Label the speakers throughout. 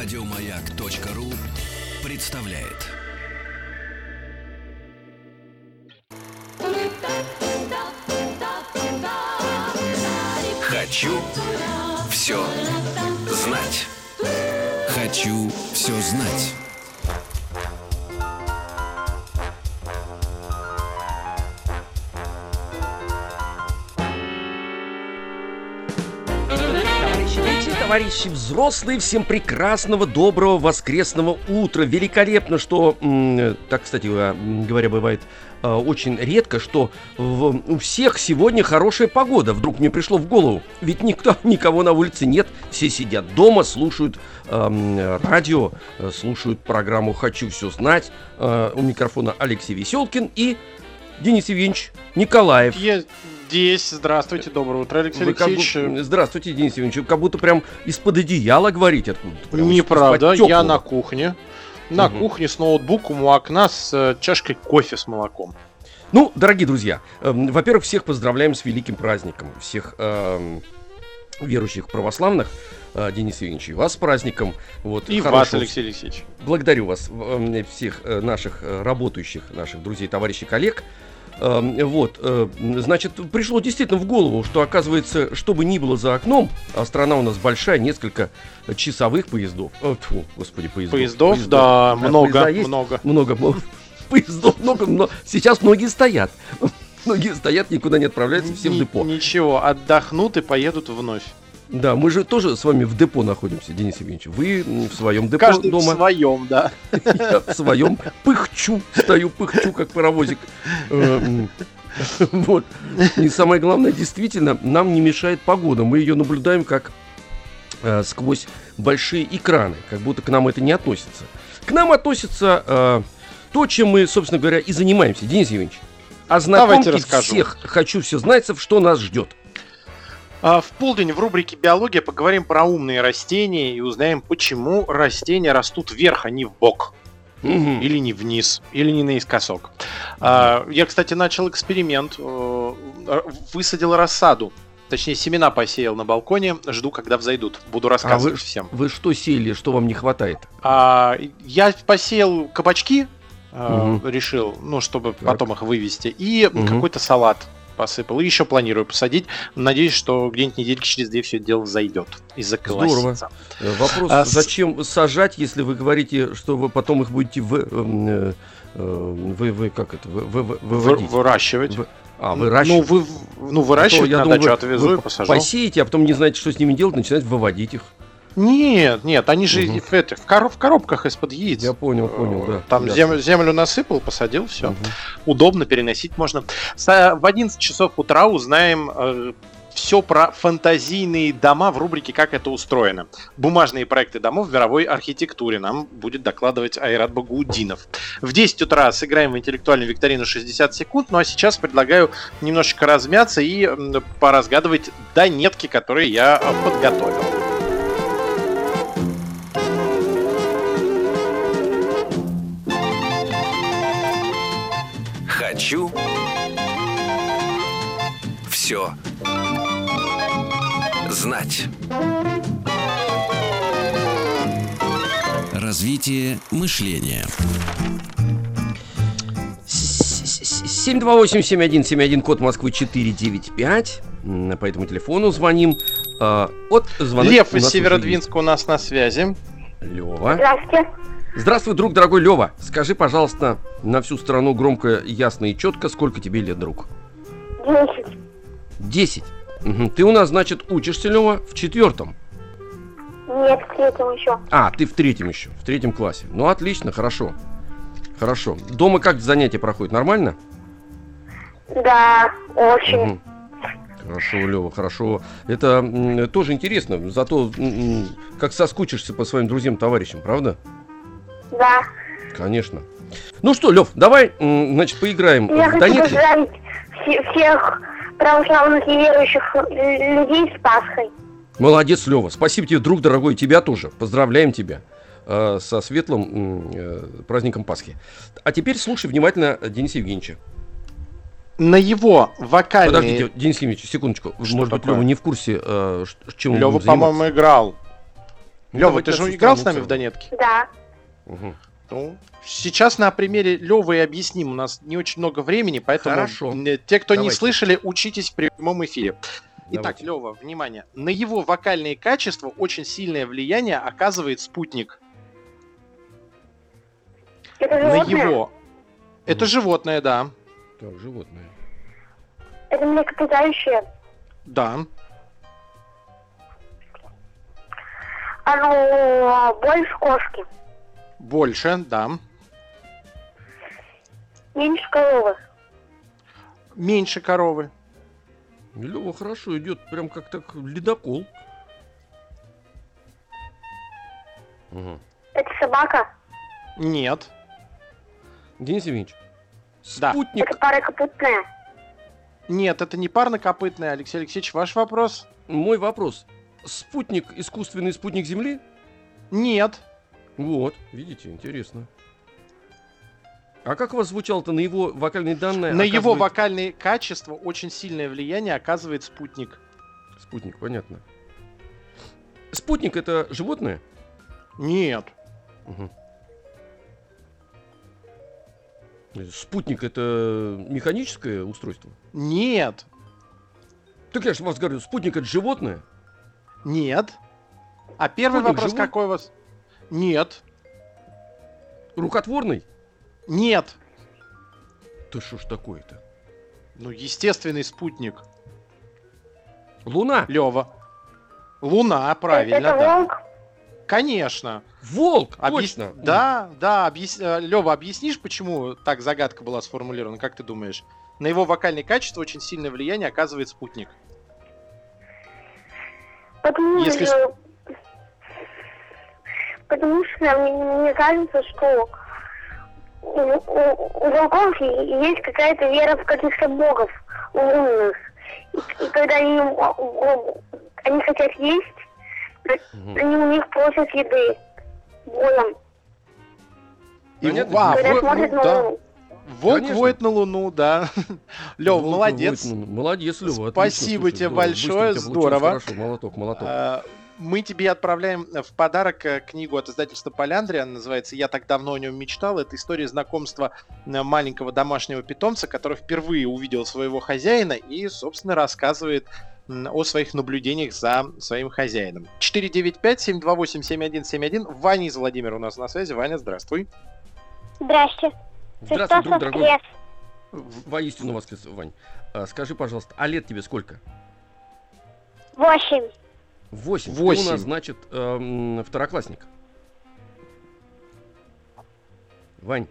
Speaker 1: Радиомаяк.ру представляет. Хочу все знать. Хочу все знать.
Speaker 2: Товарищи, дети, товарищи взрослые, всем прекрасного, доброго, воскресного утра. Великолепно, что, м, так, кстати э, м, говоря, бывает э, очень редко, что в- у всех сегодня хорошая погода. Вдруг мне пришло в голову. Ведь никто, никого на улице нет. Все сидят дома, слушают эм, э, радио, э, слушают программу «Хочу все знать». Э, у микрофона Алексей Веселкин и Денис Евгеньевич Николаев.
Speaker 3: Я здесь. Здравствуйте, доброе утро, Алексей
Speaker 2: Вы как
Speaker 3: Алексеевич. э,
Speaker 2: будто- Здравствуйте, Денис Евгеньевич. Вы как будто прям из-под одеяла говорите откуда-то. прям
Speaker 3: Неправда,
Speaker 2: из-под
Speaker 3: я
Speaker 2: тёплого.
Speaker 3: на кухне. На
Speaker 2: Мгм.
Speaker 3: кухне с ноутбуком у окна с э, чашкой кофе с молоком.
Speaker 2: Ну, дорогие друзья, эм, во-первых, всех поздравляем с великим праздником. Всех эм, верующих православных. Э, Денис Евгеньевич, и вас с праздником. Вот,
Speaker 3: И
Speaker 2: хорошего
Speaker 3: вас,
Speaker 2: всего.
Speaker 3: Алексей Алексеевич.
Speaker 2: Благодарю вас, эм, всех э, наших э, работающих, наших друзей, товарищей, коллег. Эм, Вот, э, значит, пришло действительно в голову, что оказывается, что бы ни было за окном, а страна у нас большая, несколько часовых поездов. Э, Тьфу, господи, поездов.
Speaker 3: Поездов, да, много,
Speaker 2: поезда есть?
Speaker 3: много.
Speaker 2: Много, много. Поездов много, но сейчас многие стоят. Многие стоят, никуда не отправляются, все в
Speaker 3: Ни-
Speaker 2: депо.
Speaker 3: Ничего, отдохнут и поедут вновь.
Speaker 2: Да, мы же тоже с вами в депо находимся, Денис Евгеньевич. Вы м, в своем депо
Speaker 3: Каждый
Speaker 2: дома.
Speaker 3: в своем, да.
Speaker 2: Я в своем пыхчу, стою пыхчу, как паровозик. Эм, Вот. И самое главное, действительно, нам не мешает погода. Мы ее наблюдаем как э, сквозь большие экраны, как будто к нам это не относится. К нам относится э, то, чем мы, собственно говоря, и занимаемся. Денис Евгеньевич,
Speaker 3: Давайте
Speaker 2: ознакомьте
Speaker 3: расскажу.
Speaker 2: всех, хочу все знать, что нас ждет.
Speaker 3: А, В полдень в рубрике «Биология» поговорим про умные растения и узнаем, почему растения растут вверх, а не в бок.
Speaker 2: Мгм.
Speaker 3: Или не вниз, или не наискосок. А, я, кстати, начал эксперимент. э, р- Высадил рассаду. Точнее, семена посеял на балконе. Жду, когда взойдут. Буду
Speaker 2: А
Speaker 3: рассказывать
Speaker 2: вы-
Speaker 3: всем.
Speaker 2: Вы что сели, что вам не хватает?
Speaker 3: А, я посеял кабачки, э,
Speaker 2: Мгм.
Speaker 3: решил, ну, чтобы потом их вывести. И
Speaker 2: Мгм.
Speaker 3: какой-то салат посыпал. И еще планирую посадить. Надеюсь, что где-нибудь недельки через две все это дело взойдет. Из-за
Speaker 2: Здорово.
Speaker 3: колосица.
Speaker 2: Э, Вопрос,
Speaker 3: А с-
Speaker 2: зачем сажать, если вы говорите, что вы потом их будете в, эм, э, э, вы, вы как это, вы, вы- вы-
Speaker 3: Вы-
Speaker 2: выводить?
Speaker 3: Выращивать.
Speaker 2: Вы- а, выращивать. А
Speaker 3: Ну, вы, ну, выращивать
Speaker 2: я
Speaker 3: на
Speaker 2: думаю,
Speaker 3: дачу
Speaker 2: вы-
Speaker 3: отвезу
Speaker 2: вы
Speaker 3: и посажу.
Speaker 2: Посеете, а потом не знаете, что с ними делать, начинаете выводить их.
Speaker 3: Нет, нет, они же
Speaker 2: Мгм.
Speaker 3: в, этих, в коро- в коробках из-под яиц.
Speaker 2: Я понял, понял, да.
Speaker 3: Там
Speaker 2: Да.
Speaker 3: зем- землю насыпал, посадил, все.
Speaker 2: Мгм.
Speaker 3: Удобно переносить можно. Са- в 11 часов утра узнаем все про фантазийные дома в рубрике «Как это устроено». Бумажные проекты домов в мировой архитектуре нам будет докладывать Айрат Багаудинов. В 10 утра сыграем в интеллектуальную викторину 60 секунд, ну а сейчас предлагаю немножечко размяться и м, поразгадывать донетки, которые я э, подготовил.
Speaker 1: Хочу все знать. Развитие мышления.
Speaker 2: 728-7171, код Москвы 495. М, По этому телефону звоним. А, От звонок
Speaker 3: Лев
Speaker 2: у
Speaker 3: из
Speaker 2: нас уже есть.
Speaker 3: Северодвинска у нас на связи.
Speaker 2: Лева.
Speaker 4: Здравствуйте.
Speaker 2: Здравствуй, друг дорогой Лева. Скажи, пожалуйста, на всю страну громко, ясно и четко, сколько тебе лет, друг?
Speaker 4: Десять.
Speaker 2: 10. Мгм. Ты у нас, значит, учишься, Лева, в четвертом.
Speaker 4: Нет, в третьем еще.
Speaker 2: А, ты в третьем еще, в третьем классе. Ну, отлично, хорошо. Хорошо. Дома как занятия проходят? Нормально?
Speaker 4: Да, очень.
Speaker 2: Мгм. Хорошо, Лева, хорошо. Это м, тоже интересно. Зато м, м, как соскучишься по своим друзьям, товарищам, правда?
Speaker 4: Да.
Speaker 2: Конечно. Ну что, Лев, давай, м, значит, поиграем
Speaker 4: Я
Speaker 2: в
Speaker 4: хочу
Speaker 2: Донетки.
Speaker 4: поздравить все- всех православных и верующих л- людей с Пасхой.
Speaker 2: Молодец, Лева. Спасибо тебе, друг дорогой, и тебя тоже. Поздравляем тебя э, со светлым м, э, праздником Пасхи. А теперь слушай внимательно Дениса Евгеньевича.
Speaker 3: На его вокальные...
Speaker 2: Подождите, Денис Евгеньевич, секундочку.
Speaker 3: Э, Что
Speaker 2: Может быть,
Speaker 3: такое?
Speaker 2: Лева не в курсе, э, ш- чем он
Speaker 3: Лева,
Speaker 2: будет заниматься.
Speaker 3: по-моему, играл.
Speaker 2: Ну,
Speaker 3: Лева,
Speaker 2: давайте
Speaker 3: ты же
Speaker 2: нашу
Speaker 3: играл с
Speaker 2: страну
Speaker 3: нами в
Speaker 2: целую.
Speaker 3: Донетке?
Speaker 4: Да.
Speaker 2: Мгм.
Speaker 3: Ну, сейчас на примере Левы и объясним. У нас не очень много времени, поэтому
Speaker 2: Хорошо.
Speaker 3: м, те, кто не
Speaker 2: Давайте.
Speaker 3: слышали, учитесь в прямом эфире. Итак,
Speaker 2: Давайте.
Speaker 3: Лева, внимание. На его вокальные качества очень сильное влияние оказывает спутник.
Speaker 4: Это
Speaker 3: На
Speaker 4: животное?
Speaker 3: его. Это животное, да.
Speaker 2: Так, животное.
Speaker 4: Это млекопитающее.
Speaker 3: Да.
Speaker 4: Оно больше кошки,
Speaker 3: Больше, да.
Speaker 4: меньше коровы.
Speaker 3: Меньше коровы.
Speaker 2: Лева хорошо идет, прям как так ледокол. Мгм.
Speaker 4: Это собака.
Speaker 3: Нет.
Speaker 2: Денис Евгеньевич,
Speaker 3: Да.
Speaker 2: спутник,
Speaker 4: Это парокопытная.
Speaker 3: Нет, это не парнокопытное. Алексей Алексеевич, ваш вопрос?
Speaker 2: мой вопрос. Спутник, искусственный спутник Земли?
Speaker 3: Нет.
Speaker 2: Вот, видите, интересно. А как у вас звучало-то на его вокальные данные?
Speaker 3: На его
Speaker 2: оказывает-
Speaker 3: вокальные качества очень сильное влияние оказывает спутник.
Speaker 2: Спутник, понятно. Спутник это животное?
Speaker 3: Нет.
Speaker 2: Мгм. Спутник это механическое устройство?
Speaker 3: Нет.
Speaker 2: Так я же вас говорю, спутник это животное?
Speaker 3: Нет. А первый
Speaker 2: Спутник
Speaker 3: вопрос
Speaker 2: живой?
Speaker 3: какой у вас? Нет.
Speaker 2: Рукотворный?
Speaker 3: Нет.
Speaker 2: Да что ж такое-то?
Speaker 3: Ну, естественный спутник.
Speaker 2: Луна?
Speaker 3: Лева. Луна, правильно,
Speaker 4: это
Speaker 3: да.
Speaker 4: волк.
Speaker 3: Конечно.
Speaker 2: Волк!
Speaker 3: Объяс-
Speaker 2: Точно!
Speaker 3: Да, да, объяс... Лева, объяснишь, почему так загадка была сформулирована, как ты думаешь? На его вокальные качества очень сильное влияние оказывает спутник.
Speaker 4: Потому
Speaker 3: Если
Speaker 4: что... Потому что мне, мне кажется, что у, у- у волков е- есть какая-то вера в каких-то богов умных. И, к- и когда они, о- о- они хотят есть,
Speaker 2: Мгм.
Speaker 4: они у них просят еды. Боем.
Speaker 3: И
Speaker 2: Понятно,
Speaker 3: во-
Speaker 2: А,
Speaker 4: когда
Speaker 3: во-
Speaker 4: смотрят
Speaker 3: ну,
Speaker 4: на
Speaker 3: да.
Speaker 4: Луну.
Speaker 3: Волк
Speaker 2: Конечно.
Speaker 3: воет на Луну, да. Лев,
Speaker 2: Волк,
Speaker 3: молодец.
Speaker 2: вот, ну, молодец, Лёва. отлично,
Speaker 3: Спасибо
Speaker 2: слушай,
Speaker 3: тебе
Speaker 2: здорово, быстро у тебя
Speaker 3: большое,
Speaker 2: получилось,
Speaker 3: здорово.
Speaker 2: Хорошо, молоток, молоток.
Speaker 3: А, Мы тебе отправляем э, в подарок э, книгу от издательства Поляндрия. Она называется «Я так давно о нем мечтал». Это история знакомства э, маленького домашнего питомца, который впервые увидел своего хозяина и, собственно, рассказывает м, о своих наблюдениях за своим хозяином. 495-728-7171. Ваня из Владимира у нас на связи. Ваня, здравствуй.
Speaker 4: Здрасте.
Speaker 2: Здравствуй, друг дорогой. В- Воистину воскрес, Вань. А, скажи, пожалуйста, а лет тебе сколько?
Speaker 4: Восемь.
Speaker 2: Восемь. Ты
Speaker 3: Восемь.
Speaker 2: у нас, значит, эм, второклассник. Вань,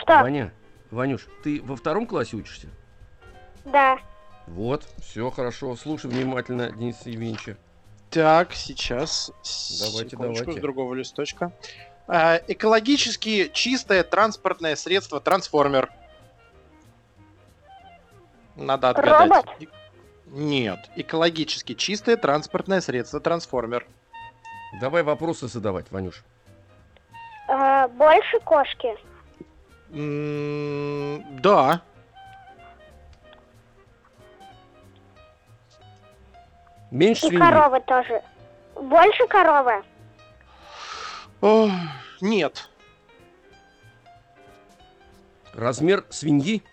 Speaker 4: Что?
Speaker 2: Ваня, Ванюш, ты во втором классе учишься?
Speaker 4: Да.
Speaker 2: Вот, все хорошо. Слушай внимательно, Денис Евгеньевича.
Speaker 3: Так, сейчас.
Speaker 2: Давайте,
Speaker 3: секундочку,
Speaker 2: давайте.
Speaker 3: С другого листочка. А, Экологически чистое транспортное средство трансформер. Надо отгадать.
Speaker 4: Робот?
Speaker 3: И- Нет, экологически чистое транспортное средство трансформер.
Speaker 2: Давай вопросы задавать, Ванюш.
Speaker 4: А, больше кошки.
Speaker 3: М, М-м, Да.
Speaker 4: Ну,
Speaker 2: Меньше свиньи.
Speaker 4: тоже. Больше коровы.
Speaker 3: Ох, Нет.
Speaker 2: Размер свиньи?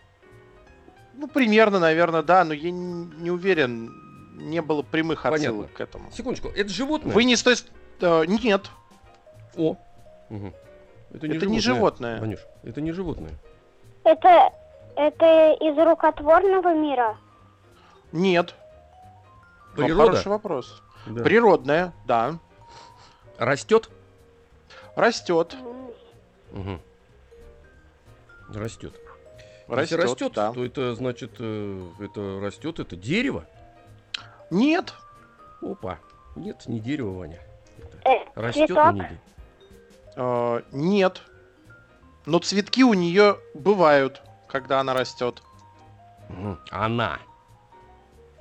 Speaker 3: Ну, примерно, наверное, да, но я н- не уверен. Не было прямых
Speaker 2: Понятно.
Speaker 3: отсылок к этому.
Speaker 2: Секундочку, это животное?
Speaker 3: Вы не с той... с- э, Нет,
Speaker 2: О. Мгм. Это
Speaker 3: это не животное.
Speaker 2: Ванюш, это не животное.
Speaker 4: Это, это из рукотворного мира.
Speaker 3: Нет. Ну,
Speaker 2: Природа?
Speaker 3: Хороший вопрос.
Speaker 2: Да.
Speaker 3: Природная, да.
Speaker 2: Растет?
Speaker 3: Растет.
Speaker 2: Растет.
Speaker 3: Растет,
Speaker 2: Если растет,
Speaker 3: да.
Speaker 2: то это значит, э, это растет, это дерево.
Speaker 3: Нет.
Speaker 2: Опа. Нет, не дерево, Ваня.
Speaker 4: Э,
Speaker 2: Растет, но
Speaker 4: цветок?
Speaker 2: не дерево.
Speaker 3: Э, нет. Но цветки у нее бывают, когда она растет.
Speaker 2: Мгм. Она.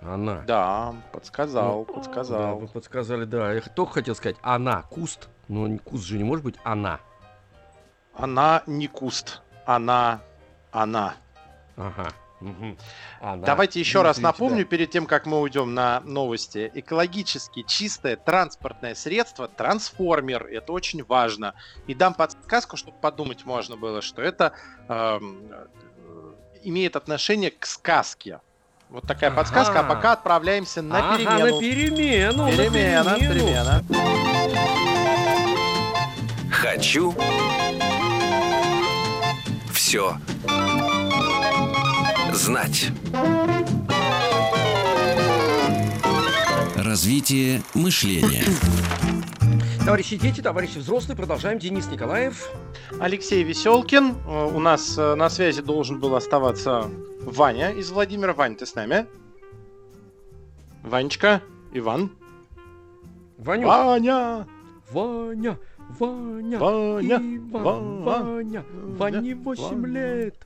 Speaker 2: Она.
Speaker 3: Да, подсказал,
Speaker 4: Ну,
Speaker 2: Да,
Speaker 3: подсказал.
Speaker 2: вы подсказали, да. Я только хотел сказать, она, куст. Но не- куст же не может быть она.
Speaker 3: Она не куст. Она. Она.
Speaker 2: Ага. Мгм. А, да.
Speaker 3: Давайте еще раз
Speaker 2: Дмитрий,
Speaker 3: напомню,
Speaker 2: да.
Speaker 3: перед тем, как мы уйдем на новости. Экологически чистое транспортное средство трансформер. Это очень важно. И дам подсказку, чтобы подумать можно было, что это эм, э, имеет отношение к сказке. Вот такая
Speaker 2: Ага.
Speaker 3: подсказка. А пока отправляемся на
Speaker 2: Ага,
Speaker 3: перемену.
Speaker 2: на перемену. на
Speaker 3: Перемена,
Speaker 2: перемену.
Speaker 3: перемена.
Speaker 1: Хочу все знать. Развитие мышления.
Speaker 2: Товарищи дети, товарищи взрослые, продолжаем. Денис Николаев.
Speaker 3: Алексей Веселкин. Э, У нас э, на связи должен был оставаться Ваня из Владимира. Вань, ты с нами? Ванечка? Иван?
Speaker 2: Ваню.
Speaker 3: Ваня!
Speaker 2: Ваня. Ваня.
Speaker 3: Ваня!
Speaker 2: Иван,
Speaker 3: Ва-
Speaker 2: Ваня.
Speaker 3: Ваня,
Speaker 2: Ване 8
Speaker 3: Ваня.
Speaker 2: лет.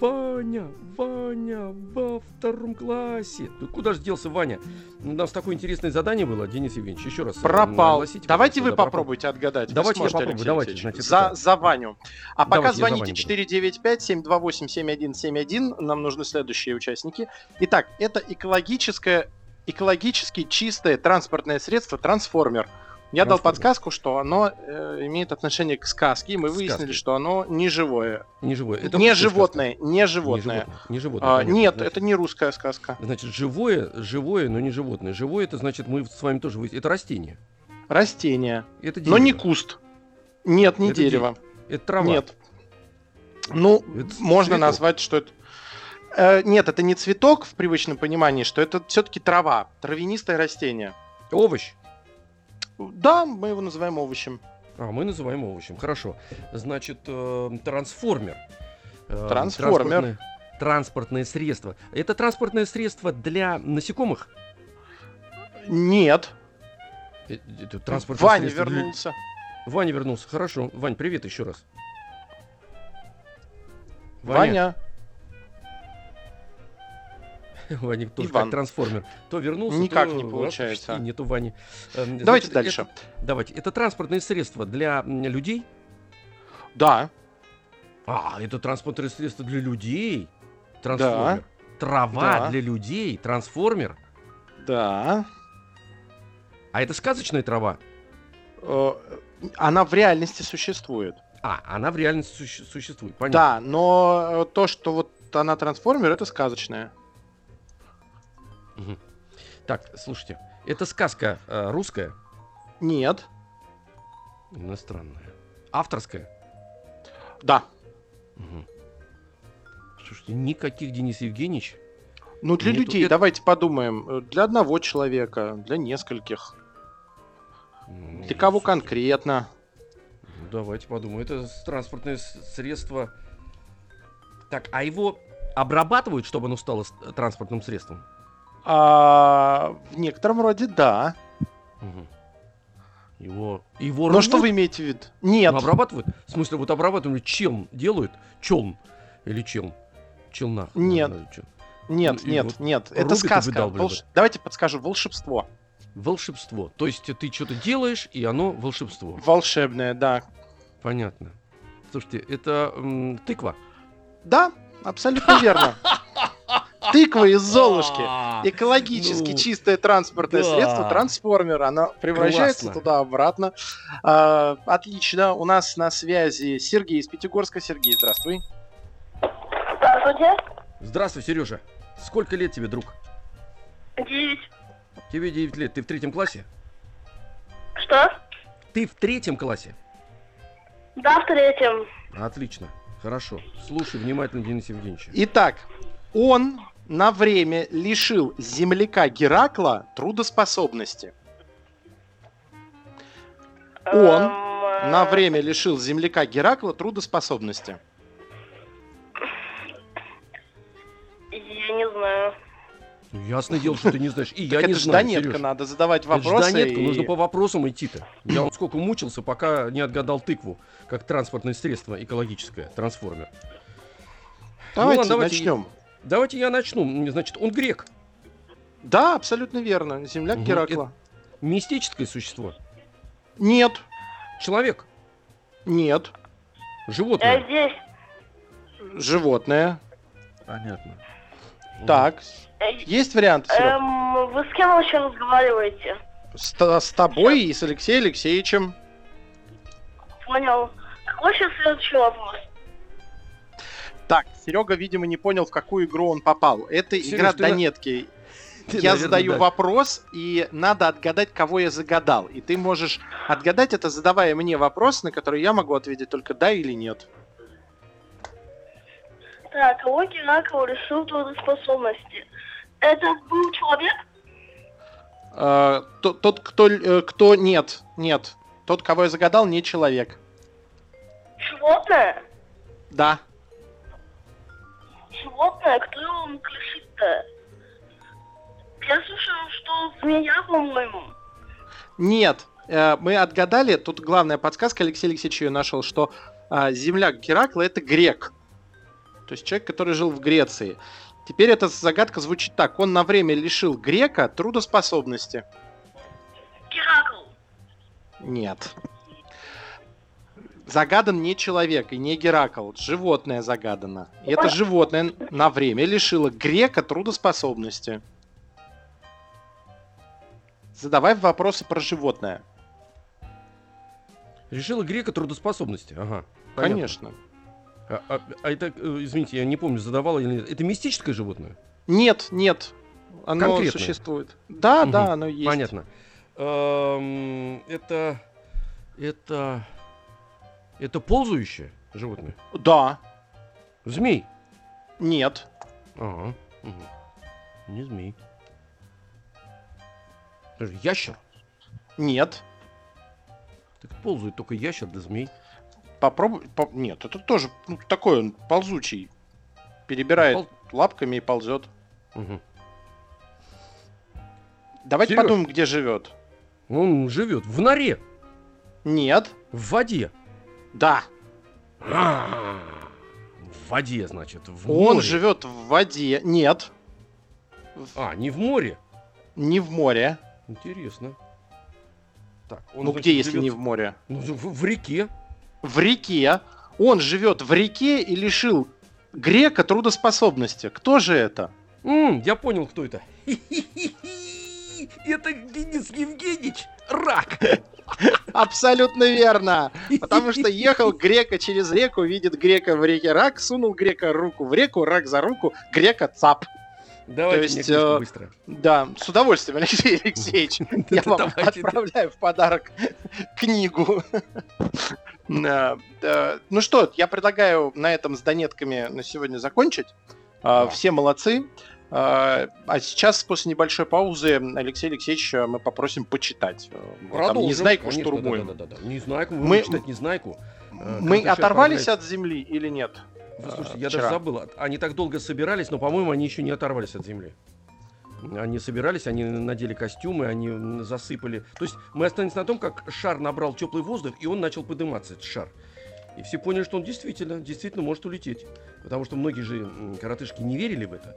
Speaker 2: Ваня, Ваня, во втором классе. Да Ну, куда же делся Ваня? Ну, У нас такое интересное задание было, Денис Евгеньевич, еще раз. э,
Speaker 3: Пропал.
Speaker 2: огласите,
Speaker 3: Давайте
Speaker 2: пожалуйста,
Speaker 3: вы
Speaker 2: да, пропал.
Speaker 3: попробуйте отгадать. Вы
Speaker 2: Давайте я
Speaker 3: сможете,
Speaker 2: попробую,
Speaker 3: Алексей
Speaker 2: давайте,
Speaker 3: Алексеевич.
Speaker 2: значит,
Speaker 3: за,
Speaker 2: это-
Speaker 3: за Ваню. А пока
Speaker 2: Давайте я за
Speaker 3: звоните
Speaker 2: Ваню
Speaker 3: 495-728-7171. Нам нужны следующие участники. Итак, это экологическое, экологически чистое транспортное средство «Трансформер». Я дал
Speaker 2: Трансформер.
Speaker 3: подсказку, что оно э, имеет отношение к сказке, и мы
Speaker 2: К
Speaker 3: выяснили,
Speaker 2: сказке.
Speaker 3: что оно не живое.
Speaker 2: Не живое. Это
Speaker 3: не,
Speaker 2: русская сказка.
Speaker 3: животное, не
Speaker 2: Не
Speaker 3: животное,
Speaker 2: Не животное.
Speaker 3: А,
Speaker 2: понятно.
Speaker 3: Нет,
Speaker 2: Значит,
Speaker 3: это не русская сказка.
Speaker 2: Значит, живое, живое, но не животное. Живое это значит, мы с вами тоже выяснили. Это растение.
Speaker 3: Растение.
Speaker 2: Это дерево.
Speaker 3: Но не куст. Нет, не
Speaker 2: Это де-
Speaker 3: дерево.
Speaker 2: Это трава.
Speaker 3: Нет. Ну,
Speaker 2: Это
Speaker 3: можно
Speaker 2: цветок.
Speaker 3: назвать, что это... Э, нет, это не цветок в привычном понимании, что это все-таки трава, травянистое растение.
Speaker 2: Овощ.
Speaker 3: Да, мы его называем овощем.
Speaker 2: А, мы называем овощем. Хорошо. Значит, э, трансформер. Э,
Speaker 3: Трансформер.
Speaker 2: Транспортное, транспортное средство. Это транспортное средство для насекомых?
Speaker 3: Нет.
Speaker 2: Э, это транспортное
Speaker 3: Ваня
Speaker 2: средство для-
Speaker 3: вернулся.
Speaker 2: Ваня вернулся. Хорошо. Вань, привет еще раз.
Speaker 3: Ваня.
Speaker 2: Ваня тоже
Speaker 3: Иван.
Speaker 2: как трансформер. То вернулся,
Speaker 3: Никак
Speaker 2: то
Speaker 3: не
Speaker 2: раз,
Speaker 3: получается.
Speaker 2: почти нету Вани. Эм,
Speaker 3: Давайте
Speaker 2: значит,
Speaker 3: дальше.
Speaker 2: это- давайте. Это транспортные средства для м, людей.
Speaker 3: Да.
Speaker 2: А, это транспортное средство для людей. Трансформер. Трава
Speaker 3: Да.
Speaker 2: для людей. Трансформер.
Speaker 3: Да.
Speaker 2: А это сказочная трава.
Speaker 3: Э, Она в реальности существует.
Speaker 2: А, она в реальности суще- существует. Понятно.
Speaker 3: Да, но э, то, что вот она трансформер, это сказочное.
Speaker 2: Так, слушайте. Это сказка э, русская,
Speaker 3: Нет.
Speaker 2: иностранная, авторская.
Speaker 3: Да.
Speaker 2: Мгм. Слушайте, никаких Денис Евгеньевич.
Speaker 3: Ну, для
Speaker 2: Нету.
Speaker 3: людей,
Speaker 2: Это-
Speaker 3: давайте подумаем. Э, Для одного человека, для нескольких.
Speaker 2: М,
Speaker 3: Для кого
Speaker 2: слушайте, ну,
Speaker 3: конкретно?
Speaker 2: Давайте подумаем. Это с- транспортное с- средство. Так, а его обрабатывают, чтобы оно стало с- транспортным средством?
Speaker 3: А, в некотором роде да.
Speaker 2: Мгм. Его, его
Speaker 3: Но Ну, а что
Speaker 2: рвут?
Speaker 3: вы имеете в виду? Нет.
Speaker 2: Ну, обрабатывают? В смысле, вот обрабатывают чем делают? Челн. Или челн. Челна.
Speaker 3: Нет.
Speaker 2: наверное, Э, чё.
Speaker 3: Нет,
Speaker 2: ну, и
Speaker 3: нет,
Speaker 2: вот
Speaker 3: нет. Это
Speaker 2: рубят и
Speaker 3: сказка.
Speaker 2: выдалбливают.
Speaker 3: Волш- Давайте подскажу. Волшебство.
Speaker 2: Волшебство. То есть ты что-то делаешь, и оно волшебство.
Speaker 3: Волшебное, да.
Speaker 2: Понятно. Слушайте, это м, тыква.
Speaker 3: Да, абсолютно верно. Тыква из Золушки.
Speaker 2: А,
Speaker 3: Экологически
Speaker 2: ну,
Speaker 3: чистое транспортное
Speaker 2: да.
Speaker 3: средство, трансформер, она превращается
Speaker 2: Классно.
Speaker 3: туда-обратно. А, отлично, у нас на связи Сергей из Пятигорска. Сергей, здравствуй.
Speaker 4: Здравствуйте.
Speaker 2: Здравствуй, Сережа. Сколько лет тебе, друг?
Speaker 4: Девять.
Speaker 2: Тебе 9 лет. Ты в третьем классе?
Speaker 4: Что?
Speaker 2: Ты в третьем классе?
Speaker 4: Да, в третьем.
Speaker 2: Отлично. Хорошо. Слушай внимательно Дениса Евгеньевича.
Speaker 3: Итак, он на время лишил земляка Геракла трудоспособности. Он
Speaker 4: Эм,
Speaker 3: На
Speaker 4: э,
Speaker 3: время лишил земляка Геракла трудоспособности.
Speaker 4: э, Я не знаю.
Speaker 2: Ну, Ясное дело, что ты не знаешь. И я
Speaker 3: так
Speaker 2: не
Speaker 3: это ж
Speaker 2: знаю,
Speaker 3: Донетка,
Speaker 2: Серёж.
Speaker 3: надо задавать
Speaker 2: Это ж
Speaker 3: вопросы.
Speaker 2: Донетка,
Speaker 3: и-
Speaker 2: нужно по вопросам идти-то. Я вот сколько мучился, пока не отгадал тыкву, как транспортное средство экологическое, трансформер.
Speaker 3: Давайте,
Speaker 2: Ну ладно, давайте.
Speaker 3: начнем.
Speaker 2: Давайте я начну. М, Значит, он грек.
Speaker 3: Да, абсолютно верно. Земляк
Speaker 2: Мгм.
Speaker 3: Геракла.
Speaker 2: Мистическое существо.
Speaker 3: Нет,
Speaker 2: Человек.
Speaker 3: нет.
Speaker 4: Я
Speaker 2: Животное.
Speaker 4: Э, здесь.
Speaker 3: Животное.
Speaker 2: Понятно.
Speaker 3: Так, есть варианты, Серёг?
Speaker 4: Э, Эм, вы с кем вообще разговариваете?
Speaker 3: С, т- с тобой и с Алексеем Алексеевичем.
Speaker 4: Понял. Какой сейчас следующий вопрос?
Speaker 3: Так, Серега, видимо, не понял, в какую игру он попал. Это
Speaker 2: Серёж,
Speaker 3: игра
Speaker 2: ты на-
Speaker 3: Донетки.
Speaker 2: Ты,
Speaker 3: я
Speaker 2: наверное,
Speaker 3: задаю
Speaker 2: да.
Speaker 3: вопрос, и надо отгадать, кого я загадал. И ты можешь отгадать это, задавая мне вопрос, на который я могу ответить только да или нет.
Speaker 4: Так, кого Геракл лишил трудоспособности? Это был человек?
Speaker 3: Э, то- тот, кто, л- э, кто нет, нет. Тот, кого я загадал, не человек.
Speaker 4: Животное?
Speaker 3: Да.
Speaker 4: Животное? Кто его мог лишить-то? Я слышал, что змея, по-моему.
Speaker 3: Нет. Э, Мы отгадали, тут главная подсказка, Алексей Алексеевич ее нашел, что а, земля Геракла это грек. То есть человек, который жил в Греции. Теперь эта загадка звучит так. Он на время лишил грека трудоспособности.
Speaker 4: Геракл.
Speaker 3: Нет. Загадан не человек и не Геракл. Животное загадано. И это животное на время лишило грека трудоспособности. Задавай вопросы про животное.
Speaker 2: Решила грека трудоспособности. Ага. понятно.
Speaker 3: Конечно.
Speaker 2: А, а- а это, э, извините, я не помню, задавала или нет. Это мистическое животное?
Speaker 3: Нет, нет. Оно
Speaker 2: Конкретное?
Speaker 3: существует. Да,
Speaker 2: Мгм.
Speaker 3: да, оно есть.
Speaker 2: Понятно. Эм, это... Это... Это ползающее животное?
Speaker 3: Да,
Speaker 2: Змей?
Speaker 3: нет.
Speaker 2: Ага. мгм. Не змей. Подожди, Ящер?
Speaker 3: Нет.
Speaker 2: Так ползают только ящер да змей.
Speaker 3: Попробуй. по- Нет, это тоже ну, такой он ползучий. Перебирает
Speaker 2: Пол-
Speaker 3: лапками и ползет.
Speaker 2: Мгм.
Speaker 3: Давайте
Speaker 2: Серёж.
Speaker 3: подумаем, где живет.
Speaker 2: Ну, Он живет в норе,
Speaker 3: Нет.
Speaker 2: в воде.
Speaker 3: Да.
Speaker 2: А, В воде, значит, в
Speaker 3: он
Speaker 2: море.
Speaker 3: живет в воде. Нет. В-
Speaker 2: А, не в море.
Speaker 3: Не в море.
Speaker 2: Интересно. Так, он,
Speaker 3: ну
Speaker 2: значит,
Speaker 3: где, если
Speaker 2: живет
Speaker 3: не в море?
Speaker 2: Ну, в, в реке.
Speaker 3: В реке. Он живет в реке и лишил грека трудоспособности. Кто же это?
Speaker 2: М, я понял, кто это. Это Денис Евгеньевич Рак.
Speaker 3: Абсолютно верно. Потому что ехал грека через реку, видит грека в реке рак, сунул грека руку в реку, рак за руку, грека цап.
Speaker 2: Давайте
Speaker 3: То
Speaker 2: мне
Speaker 3: есть,
Speaker 2: книжку
Speaker 3: э,
Speaker 2: быстро.
Speaker 3: Да, с удовольствием, Алексей Алексеевич. Я вам
Speaker 2: Давайте.
Speaker 3: отправляю в подарок книгу. Да, да. Ну что, я предлагаю на этом с Донетками на сегодня закончить. А,
Speaker 2: Да.
Speaker 3: Все молодцы. А а сейчас, после небольшой паузы, Алексей Алексеевич, э, мы попросим почитать. Э, мы там
Speaker 2: Продолжим,
Speaker 3: Незнайку
Speaker 2: конечно,
Speaker 3: штурмуем.
Speaker 2: да-да-да-да. Незнайку, вы
Speaker 3: Мы-
Speaker 2: будете читать Незнайку. Э,
Speaker 3: Мы
Speaker 2: Кардашьян
Speaker 3: оторвались
Speaker 2: отправляет-
Speaker 3: от земли или нет?
Speaker 2: Вы слушайте,
Speaker 3: э,
Speaker 2: я
Speaker 3: вчера.
Speaker 2: даже забыл. от- Они так долго собирались, но, по-моему, они еще не оторвались от земли. Они собирались, они надели костюмы, они м, засыпали. То есть мы остановились на том, как шар набрал теплый воздух, и он начал подниматься, этот шар. И все поняли, что он действительно, действительно может улететь. Потому что многие же м, коротышки не верили в это.